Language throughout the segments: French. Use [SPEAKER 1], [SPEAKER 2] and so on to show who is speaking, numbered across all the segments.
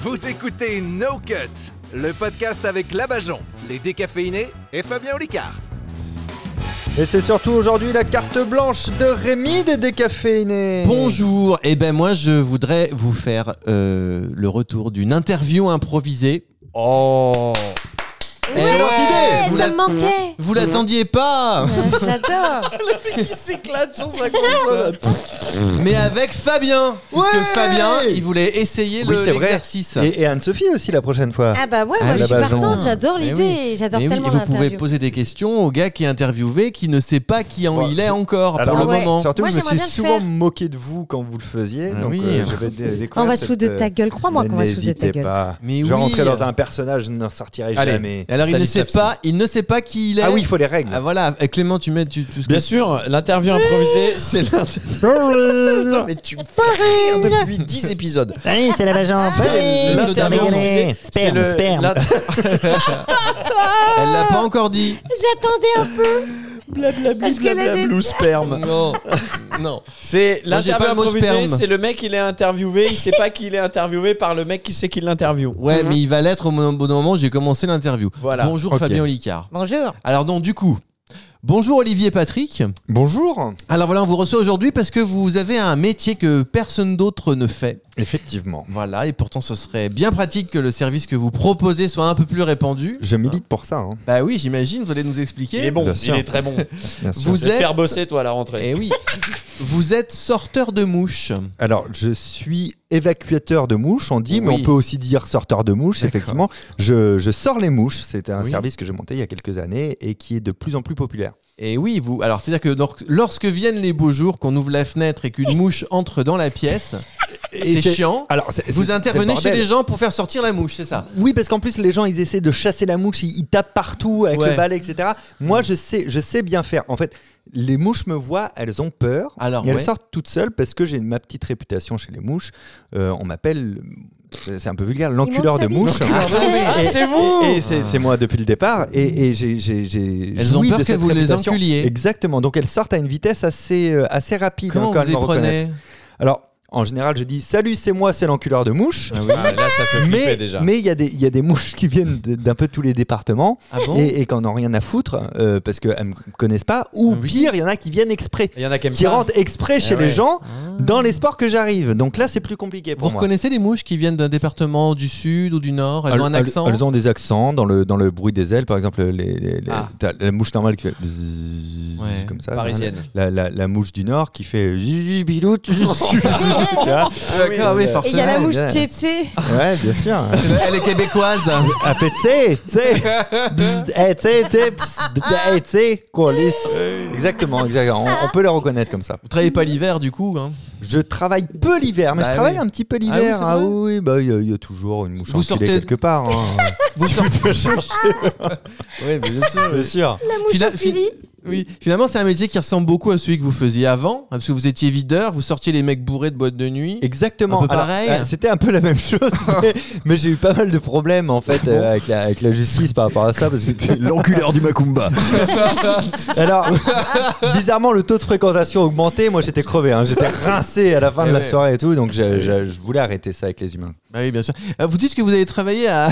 [SPEAKER 1] Vous écoutez No Cut, le podcast avec Labajon, les décaféinés et Fabien Olicard.
[SPEAKER 2] Et c'est surtout aujourd'hui la carte blanche de Rémi des décaféinés.
[SPEAKER 3] Bonjour, et ben moi je voudrais vous faire euh, le retour d'une interview improvisée.
[SPEAKER 2] Oh
[SPEAKER 3] Eh
[SPEAKER 2] Excellente
[SPEAKER 3] ouais,
[SPEAKER 2] idée
[SPEAKER 3] vous
[SPEAKER 4] ça
[SPEAKER 3] la-
[SPEAKER 4] me manquait
[SPEAKER 3] Vous l'attendiez pas,
[SPEAKER 4] Euh, J'adore
[SPEAKER 2] Il s'éclate sur sa console.
[SPEAKER 3] mais avec Fabien, puisque
[SPEAKER 2] Ouais.
[SPEAKER 3] Fabien il voulait essayer
[SPEAKER 2] Oui,
[SPEAKER 3] le-
[SPEAKER 2] c'est vrai.
[SPEAKER 3] l'exercice.
[SPEAKER 2] et, et Anne-Sophie aussi la prochaine fois.
[SPEAKER 4] Ah bah ouais,
[SPEAKER 3] Ah,
[SPEAKER 4] moi
[SPEAKER 3] la
[SPEAKER 4] je suis
[SPEAKER 2] base,
[SPEAKER 4] partante,
[SPEAKER 2] non.
[SPEAKER 4] j'adore
[SPEAKER 3] Mais
[SPEAKER 4] l'idée, j'adore
[SPEAKER 3] Mais oui,
[SPEAKER 4] tellement
[SPEAKER 3] et vous pouvez
[SPEAKER 4] l'interview.
[SPEAKER 3] poser des questions au gars qui est interviewé qui ne sait pas qui en
[SPEAKER 2] Bon,
[SPEAKER 3] il est
[SPEAKER 2] c'est-
[SPEAKER 3] encore
[SPEAKER 2] Alors,
[SPEAKER 3] pour le
[SPEAKER 4] ouais.
[SPEAKER 3] moment.
[SPEAKER 2] Surtout,
[SPEAKER 4] Moi,
[SPEAKER 2] que je me
[SPEAKER 4] j'aimerais
[SPEAKER 2] suis
[SPEAKER 4] bien le
[SPEAKER 2] souvent
[SPEAKER 4] faire.
[SPEAKER 2] moqué de vous quand vous le faisiez.
[SPEAKER 3] Ah
[SPEAKER 2] donc,
[SPEAKER 3] oui.
[SPEAKER 2] euh, je vais dé- découvrir
[SPEAKER 4] On va se
[SPEAKER 2] cette,
[SPEAKER 4] foutre de
[SPEAKER 2] euh,
[SPEAKER 4] ta gueule, crois-moi qu'on va se foutre de ta
[SPEAKER 2] N'hésitez
[SPEAKER 4] gueule.
[SPEAKER 2] pas.
[SPEAKER 3] Mais
[SPEAKER 2] je vais
[SPEAKER 3] oui.
[SPEAKER 2] rentrer dans un personnage, je ne sortirai
[SPEAKER 3] Allez.
[SPEAKER 2] jamais.
[SPEAKER 3] Alors il ne sait
[SPEAKER 2] Stanislavski.
[SPEAKER 3] pas, il ne sait pas qui il est.
[SPEAKER 2] Ah oui, il faut les règles.
[SPEAKER 3] Ah, voilà, Euh, Clément, tu mets tu, tu-
[SPEAKER 5] Bien sûr, l'interview improvisée, c'est l'interview. mais tu me fais rire depuis 10 épisodes.
[SPEAKER 6] Oui, c'est la vagin.
[SPEAKER 5] C'est
[SPEAKER 3] Ah l'interview
[SPEAKER 5] improvisée. C'est
[SPEAKER 6] Sperme,
[SPEAKER 5] le-
[SPEAKER 6] sperme.
[SPEAKER 5] l'inter-
[SPEAKER 3] Elle l'a pas encore dit.
[SPEAKER 4] J'attendais un peu
[SPEAKER 5] Blablabla,
[SPEAKER 4] Est-ce qu'elle a des-
[SPEAKER 5] blablablou, sperme.
[SPEAKER 3] Non, non.
[SPEAKER 5] C'est
[SPEAKER 3] Moi, j'ai
[SPEAKER 5] l'interview
[SPEAKER 3] pas le mot
[SPEAKER 5] improvisée,
[SPEAKER 3] sperme.
[SPEAKER 5] c'est le mec il est interviewé, il sait pas qu'il est interviewé par le mec qui sait qu'il l'interviewe.
[SPEAKER 3] Ouais, mais il va l'être au mo- bon moment où j'ai commencé l'interview.
[SPEAKER 5] Mhm. Voilà.
[SPEAKER 3] Bonjour
[SPEAKER 2] Ok.
[SPEAKER 3] Fabien Olicard.
[SPEAKER 4] Bonjour
[SPEAKER 3] Alors donc du coup, bonjour Olivier Patrick.
[SPEAKER 2] Bonjour.
[SPEAKER 3] Alors voilà, on vous reçoit aujourd'hui parce que vous avez un métier que personne d'autre ne fait.
[SPEAKER 2] Effectivement.
[SPEAKER 3] Voilà, et pourtant ce serait bien pratique que le service que vous proposez soit un peu plus répandu.
[SPEAKER 2] Je milite pour ça. hein,
[SPEAKER 3] Bah oui, j'imagine, vous allez nous
[SPEAKER 5] Il est
[SPEAKER 3] expliquer.
[SPEAKER 5] bon,
[SPEAKER 2] Bien
[SPEAKER 5] il
[SPEAKER 2] sûr.
[SPEAKER 5] est très bon.
[SPEAKER 2] bien sûr.
[SPEAKER 3] Vous
[SPEAKER 5] Je vais te
[SPEAKER 3] êtes-
[SPEAKER 5] faire bosser toi à la rentrée.
[SPEAKER 3] Eh oui, vous êtes sorteur de mouches.
[SPEAKER 2] Alors, je suis évacuateur de mouches, on dit, mais
[SPEAKER 3] Oui.
[SPEAKER 2] on peut aussi dire sorteur de mouches,
[SPEAKER 3] D'accord.
[SPEAKER 2] effectivement. Je, je sors les mouches, c'était un
[SPEAKER 3] Oui.
[SPEAKER 2] service que j'ai monté il y a quelques années et qui est de plus en plus populaire.
[SPEAKER 3] Et Eh oui, vous. Alors, c'est-à-dire que lor- lorsque viennent les beaux jours, qu'on ouvre la fenêtre et qu'une mouche entre dans la pièce, c'est
[SPEAKER 2] c'est-
[SPEAKER 3] chiant.
[SPEAKER 2] Alors, c'est- c'est-
[SPEAKER 3] Vous
[SPEAKER 2] c'est
[SPEAKER 3] intervenez
[SPEAKER 2] le
[SPEAKER 3] chez
[SPEAKER 2] bordel.
[SPEAKER 3] les gens pour faire sortir la mouche, c'est ça
[SPEAKER 2] Oui, parce qu'en plus, les gens, ils essaient de chasser la mouche, ils, ils tapent partout avec
[SPEAKER 3] Ouais. Mm.
[SPEAKER 2] le balai, etc. Moi, je sais, je sais bien faire. En fait, les mouches me voient, elles ont peur.
[SPEAKER 3] Alors,
[SPEAKER 2] et elles
[SPEAKER 3] ouais.
[SPEAKER 2] sortent toutes seules parce que j'ai ma petite réputation chez les mouches. Euh, on m'appelle, c'est c'est un peu vulgaire, l'enculeur de
[SPEAKER 4] manque sa
[SPEAKER 2] mouches.
[SPEAKER 5] Ah, c'est
[SPEAKER 3] Oh
[SPEAKER 5] vous
[SPEAKER 2] Et c'est c'est moi depuis le départ. Et, et j'ai- j'ai- j'ai
[SPEAKER 3] Elles
[SPEAKER 2] joui
[SPEAKER 3] ont peur
[SPEAKER 2] de
[SPEAKER 3] que
[SPEAKER 2] cette
[SPEAKER 3] vous les
[SPEAKER 2] réputation.
[SPEAKER 3] enculiez.
[SPEAKER 2] Exactement. Donc elles sortent à une vitesse assez, euh, assez rapide hein,
[SPEAKER 3] Comment
[SPEAKER 2] quand
[SPEAKER 3] vous
[SPEAKER 2] elles
[SPEAKER 3] les
[SPEAKER 2] me reconnaissent.
[SPEAKER 3] prenez
[SPEAKER 2] Alors, en général, je dis Salut, c'est moi, c'est l'enculeur de mouche.
[SPEAKER 5] Ah, là ça fait flipper
[SPEAKER 2] Mais
[SPEAKER 5] déjà.
[SPEAKER 2] mais il y, a des- il y a des mouches qui viennent de- d'un peu tous les départements
[SPEAKER 3] Ah bon
[SPEAKER 2] et, et qui n'en ont rien à foutre euh, parce qu'elles ne me connaissent pas. Ou
[SPEAKER 3] Ah Oui. Eh
[SPEAKER 2] pire, il y en a qui viennent exprès,
[SPEAKER 5] Il y en a qui aiment
[SPEAKER 2] qui
[SPEAKER 5] ça.
[SPEAKER 2] rentrent exprès chez
[SPEAKER 5] ouais.
[SPEAKER 2] les gens dans l'espoir que j'arrive. Donc là, c'est plus compliqué
[SPEAKER 3] Ah. Vous
[SPEAKER 2] pour moi.
[SPEAKER 3] reconnaissez les mouches qui viennent d'un département du sud ou du nord Elles ont un accent
[SPEAKER 2] Elles ont des accents dans le, dans le bruit des ailes, par exemple. Les, les- les-
[SPEAKER 5] Ah.
[SPEAKER 2] t'as la mouche normale qui fait bzzz,
[SPEAKER 3] Ouais.
[SPEAKER 2] comme ça.
[SPEAKER 5] Parisienne.
[SPEAKER 2] hein, La, la- la mouche du Nord qui fait zizi, bilou, tu- tu vois.
[SPEAKER 3] D'accord, oui,
[SPEAKER 4] Et il y a
[SPEAKER 3] forcément.
[SPEAKER 4] la mouche
[SPEAKER 2] bien. Ah,
[SPEAKER 4] Tchétché
[SPEAKER 2] Ouais, bien sûr.
[SPEAKER 3] Elle est québécoise.
[SPEAKER 2] Ah, fait, t'sais, t'sais, bzz, eh, t'sais, t'sais, bzz, eh, t'sais, coulisse. Exactement, exactement. On, on peut les reconnaître comme ça.
[SPEAKER 3] Vous travaillez pas l'hiver du coup hein.
[SPEAKER 2] Je travaille peu l'hiver, mais
[SPEAKER 3] Bah
[SPEAKER 2] je travaille
[SPEAKER 3] oui.
[SPEAKER 2] un petit peu
[SPEAKER 3] Ah oui, c'est
[SPEAKER 2] l'hiver. Ah
[SPEAKER 3] vrai
[SPEAKER 2] oui, bah il y a- il y, a toujours une mouche
[SPEAKER 3] Vous
[SPEAKER 2] enculée
[SPEAKER 3] sortez-
[SPEAKER 2] quelque part. hein.
[SPEAKER 3] Vous sortez-
[SPEAKER 2] oui, bien sûr, bien sûr.
[SPEAKER 4] La mouche
[SPEAKER 3] Fila-
[SPEAKER 4] au fili
[SPEAKER 3] Oui, finalement, c'est un métier qui ressemble beaucoup à celui que vous faisiez avant, hein, parce que vous étiez videur, vous sortiez les mecs bourrés de boîtes de nuit.
[SPEAKER 2] Exactement.
[SPEAKER 3] Un peu pareil.
[SPEAKER 2] euh, C'était un peu la même chose, mais, mais j'ai eu pas mal de problèmes en fait euh, avec, la, avec la justice par rapport à ça parce que c'était l'enculeur du Macumba. Alors, bizarrement, le taux de fréquentation a augmenté. Moi, j'étais crevé, hein. j'étais rincé à la fin
[SPEAKER 3] Eh
[SPEAKER 2] de la
[SPEAKER 3] ouais. Eh
[SPEAKER 2] soirée et tout, donc je, je- je voulais arrêter ça avec les humains.
[SPEAKER 3] Bah oui, bien sûr. Euh, Vous dites que vous avez travaillé à,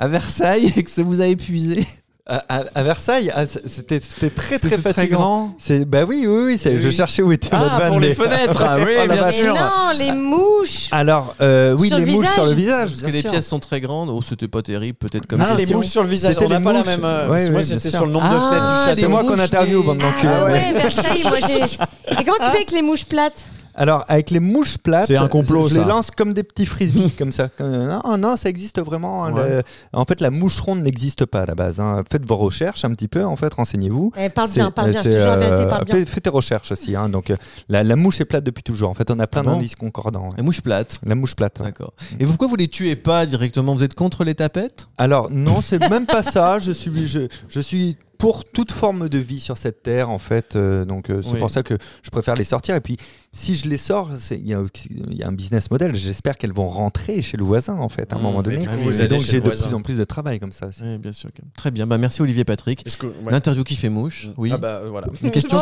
[SPEAKER 3] à Versailles et que ça vous a épuisé.
[SPEAKER 2] À, à- à Versailles, ah, c- c'était c'était très
[SPEAKER 3] Parce que
[SPEAKER 2] très
[SPEAKER 3] c'est
[SPEAKER 2] fatigant.
[SPEAKER 3] grand.
[SPEAKER 2] C'est bah oui oui oui, c'est-
[SPEAKER 3] Oui.
[SPEAKER 2] je cherchais où était notre
[SPEAKER 5] Ah,
[SPEAKER 2] van,
[SPEAKER 5] pour les
[SPEAKER 2] mais-
[SPEAKER 5] fenêtres, ah, oui,
[SPEAKER 2] Oh, la
[SPEAKER 5] bien
[SPEAKER 2] vache.
[SPEAKER 4] Mais
[SPEAKER 5] sûr.
[SPEAKER 4] non, les mouches
[SPEAKER 2] Alors euh, oui
[SPEAKER 4] Sur
[SPEAKER 2] les
[SPEAKER 4] le
[SPEAKER 2] mouches sur le
[SPEAKER 4] visage.
[SPEAKER 2] visage
[SPEAKER 3] Parce
[SPEAKER 2] bien
[SPEAKER 3] que les
[SPEAKER 2] sûr.
[SPEAKER 3] pièces sont très grandes. Oh, c'était pas terrible, peut-être comme
[SPEAKER 5] Ah, les
[SPEAKER 3] gestion.
[SPEAKER 5] mouches sur le visage,
[SPEAKER 2] C'était
[SPEAKER 5] on n'a
[SPEAKER 2] les
[SPEAKER 5] pas la
[SPEAKER 2] mouches.
[SPEAKER 5] même. euh,
[SPEAKER 2] Ouais,
[SPEAKER 5] parce que
[SPEAKER 2] ouais,
[SPEAKER 5] moi
[SPEAKER 2] bien
[SPEAKER 5] j'étais
[SPEAKER 2] sûr.
[SPEAKER 5] sur le nombre de
[SPEAKER 3] Ah,
[SPEAKER 5] fêtes du
[SPEAKER 3] les
[SPEAKER 5] château.
[SPEAKER 2] C'est moi qu'on
[SPEAKER 3] mouches,
[SPEAKER 2] interviewe au
[SPEAKER 3] mais-
[SPEAKER 2] bande d'enculés.
[SPEAKER 4] Ah
[SPEAKER 2] Ouais.
[SPEAKER 4] ouais, Versailles, moi j'ai... Et comment tu fais avec les mouches plates
[SPEAKER 2] Alors, avec les mouches plates,
[SPEAKER 5] C'est un complot,
[SPEAKER 2] je les
[SPEAKER 5] ça.
[SPEAKER 2] lance comme des petits frisbees, comme ça. Comme, euh, Non, non, ça existe vraiment. hein, le- En fait, la mouche ronde n'existe pas à la base. hein. Faites vos recherches un petit peu, en fait, renseignez-vous.
[SPEAKER 4] Eh, Parle
[SPEAKER 2] C'est-
[SPEAKER 4] bien, parle
[SPEAKER 2] euh,
[SPEAKER 4] bien, je
[SPEAKER 2] c'est,
[SPEAKER 4] te jure la vérité,
[SPEAKER 2] euh,
[SPEAKER 4] parle bien
[SPEAKER 2] fais, fais tes recherches aussi. hein. Donc, euh, la, la mouche est plate depuis toujours. En fait, on a plein
[SPEAKER 3] Ah bon Ah,
[SPEAKER 2] d'indices concordants. ouais.
[SPEAKER 3] Les mouches plates.
[SPEAKER 2] La mouche plate. ouais.
[SPEAKER 3] D'accord. Et vous, pourquoi vous les tuez pas directement Vous êtes contre les tapettes
[SPEAKER 2] Alors, non, c'est même pas ça. Je suis, je, je suis pour toute forme de vie sur cette terre, en fait. euh, donc, euh, c'est
[SPEAKER 3] Oui.
[SPEAKER 2] pour ça que je préfère les sortir. Et puis, si je les sors, c'est- il y, a aussi- il y a un business model. J'espère qu'elles vont rentrer chez le voisin, en fait, à un
[SPEAKER 5] Mmh,
[SPEAKER 2] moment
[SPEAKER 5] mais
[SPEAKER 2] donné.
[SPEAKER 5] du coup,
[SPEAKER 3] Et
[SPEAKER 5] vous
[SPEAKER 2] Et
[SPEAKER 5] allez
[SPEAKER 2] donc,
[SPEAKER 5] chez
[SPEAKER 2] j'ai
[SPEAKER 5] le
[SPEAKER 2] de
[SPEAKER 5] voisin.
[SPEAKER 2] plus en plus de travail comme ça.
[SPEAKER 3] Oui, bien sûr. quand même. Très bien. Bah, merci Olivier Patrick.
[SPEAKER 5] Est-ce que. ouais.
[SPEAKER 3] L'interview qui fait mouche.
[SPEAKER 2] Mm.
[SPEAKER 3] Oui.
[SPEAKER 5] Ah bah euh, voilà.
[SPEAKER 3] Une question.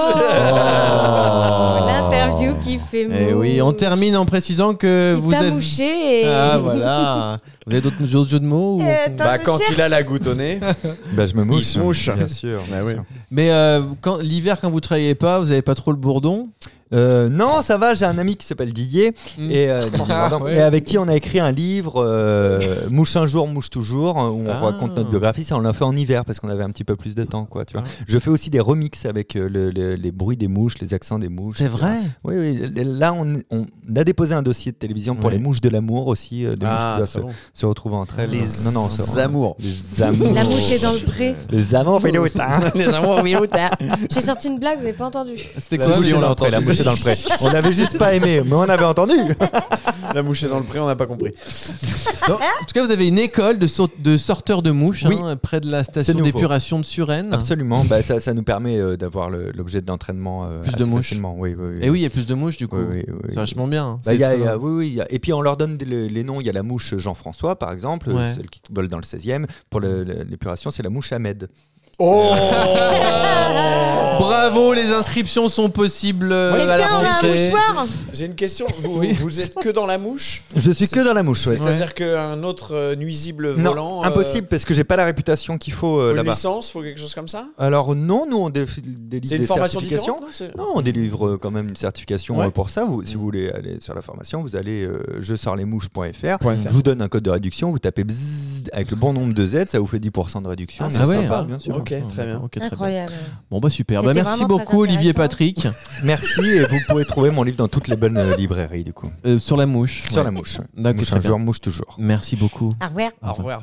[SPEAKER 4] Oh, L'interview qui fait mouche.
[SPEAKER 3] Eh oui, on termine en précisant que
[SPEAKER 4] Il
[SPEAKER 3] vous
[SPEAKER 4] t'a
[SPEAKER 3] avez.
[SPEAKER 4] mouché et...
[SPEAKER 3] Ah voilà. vous avez d'autres d'autres jeux de mots ou-
[SPEAKER 4] Euh, attends,
[SPEAKER 5] Bah
[SPEAKER 4] je
[SPEAKER 5] quand
[SPEAKER 4] cherche.
[SPEAKER 5] il a la goutte au nez.
[SPEAKER 2] Bah, je me
[SPEAKER 5] mouche.
[SPEAKER 2] mouche.
[SPEAKER 5] Bien
[SPEAKER 2] Bien sûr. bah
[SPEAKER 5] bien sûr.
[SPEAKER 3] Mais euh, quand- l'hiver, quand vous travaillez pas, vous avez pas trop le bourdon.
[SPEAKER 2] Euh, non, ça va, j'ai un ami qui s'appelle Didier,
[SPEAKER 3] Mm.
[SPEAKER 2] et, euh, Didier, pardon,
[SPEAKER 3] ouais.
[SPEAKER 2] et avec qui on a écrit un livre, euh, Mouche un jour, mouche toujours, où on
[SPEAKER 3] Ah.
[SPEAKER 2] raconte notre biographie. Ça, on l'a fait en hiver parce qu'on avait un petit peu plus de temps. quoi. Tu vois.
[SPEAKER 3] Ah.
[SPEAKER 2] Je fais aussi des remixes avec euh, le- le- les bruits des mouches, les accents des mouches.
[SPEAKER 3] C'est vrai.
[SPEAKER 2] Oui, oui. Là, on, on a déposé un dossier de télévision pour
[SPEAKER 3] Ouais.
[SPEAKER 2] les mouches de l'amour aussi, euh, des mouches qui
[SPEAKER 5] Ah,
[SPEAKER 2] doivent
[SPEAKER 5] c'est
[SPEAKER 2] se,
[SPEAKER 5] bon.
[SPEAKER 2] se retrouver entre elles.
[SPEAKER 5] Les
[SPEAKER 2] Non, non, on se-
[SPEAKER 5] amours.
[SPEAKER 2] Les amours.
[SPEAKER 4] La mouche est dans le pré.
[SPEAKER 2] Les amours,
[SPEAKER 3] Ah
[SPEAKER 2] Véloutin.
[SPEAKER 5] Les amours, Ah, oui,
[SPEAKER 4] J'ai sorti une blague, vous n'avez pas entendu.
[SPEAKER 3] C'était
[SPEAKER 2] La
[SPEAKER 3] quoi
[SPEAKER 2] mouche est dans le pré, la mouche est dans le pré. On n'avait juste pas aimé, mais on avait entendu.
[SPEAKER 5] La mouche est dans le pré, on n'a pas compris.
[SPEAKER 3] Non, En tout cas, vous avez une école de, saut- de sorteurs de mouches
[SPEAKER 2] Oui.
[SPEAKER 3] hein, près de la station
[SPEAKER 2] nouveau.
[SPEAKER 3] d'épuration de Suresnes.
[SPEAKER 2] Absolument, bah, ça, ça nous permet euh, d'avoir le- l'objet de l'entraînement. euh,
[SPEAKER 3] Plus de
[SPEAKER 2] assez
[SPEAKER 3] mouches.
[SPEAKER 2] facilement. Oui, oui, oui.
[SPEAKER 3] Et Eh oui, il y a plus de mouches du coup.
[SPEAKER 2] Oui, oui, oui.
[SPEAKER 3] C'est vachement bien. hein.
[SPEAKER 2] Bah,
[SPEAKER 3] C'est
[SPEAKER 2] il y a- il y
[SPEAKER 3] étonnant.
[SPEAKER 2] a- oui, oui, il y a- Et puis on leur donne les, les noms. Il y a la mouche Jean-François, par exemple, euh,
[SPEAKER 3] Ouais.
[SPEAKER 2] celle qui vole dans le 16e. Pour le- le- l'épuration, c'est la mouche Ahmed.
[SPEAKER 5] Oh
[SPEAKER 3] Bravo, les inscriptions sont possibles euh, à la
[SPEAKER 4] Quelqu'un aurait un
[SPEAKER 3] rentrée.
[SPEAKER 4] mouchoir
[SPEAKER 5] J'ai une question. Vous, vous êtes que dans la mouche
[SPEAKER 2] Je suis que dans la mouche, ouais.
[SPEAKER 5] C'est-à-dire qu'un autre euh, nuisible
[SPEAKER 2] Non,
[SPEAKER 5] volant. euh,
[SPEAKER 2] impossible, parce que j'ai pas la réputation qu'il faut euh,
[SPEAKER 5] faut une
[SPEAKER 2] là-bas.
[SPEAKER 5] licence, faut quelque chose comme ça
[SPEAKER 2] Alors non, nous, on dé- délivre
[SPEAKER 5] C'est
[SPEAKER 2] des
[SPEAKER 5] une formation
[SPEAKER 2] certifications.
[SPEAKER 5] différente non C'est-
[SPEAKER 2] Non, on délivre euh, quand même une certification
[SPEAKER 5] Ouais.
[SPEAKER 2] euh, pour ça.
[SPEAKER 3] Mm.
[SPEAKER 2] Vous- si vous voulez aller sur la formation, vous allez euh, je sors les mouches.fr.
[SPEAKER 5] Point
[SPEAKER 2] Je
[SPEAKER 5] fr.
[SPEAKER 2] vous donne un code de réduction. Vous tapez bzzz avec le bon nombre de Z, ça vous fait 10% de réduction.
[SPEAKER 5] Ah,
[SPEAKER 2] Mais
[SPEAKER 5] c'est
[SPEAKER 3] Ah
[SPEAKER 2] ça
[SPEAKER 3] ouais,
[SPEAKER 2] va,
[SPEAKER 5] sympa.
[SPEAKER 2] bien sûr.
[SPEAKER 5] Ok, très bien.
[SPEAKER 3] Ok, très bien.
[SPEAKER 4] Incroyable.
[SPEAKER 3] Bon bah super. Bah,
[SPEAKER 4] C'était
[SPEAKER 3] merci
[SPEAKER 4] vraiment très
[SPEAKER 3] beaucoup Olivier
[SPEAKER 4] intéressant.
[SPEAKER 3] Patrick
[SPEAKER 2] Merci et vous pouvez trouver mon livre dans toutes les bonnes euh, librairies du coup.
[SPEAKER 3] Euh, sur la mouche.
[SPEAKER 2] Sur la mouche.
[SPEAKER 3] D'accord,
[SPEAKER 2] Mouche
[SPEAKER 3] très
[SPEAKER 2] un
[SPEAKER 3] bien.
[SPEAKER 2] jour, mouche toujours.
[SPEAKER 3] Merci beaucoup.
[SPEAKER 4] Au revoir.
[SPEAKER 5] Au revoir.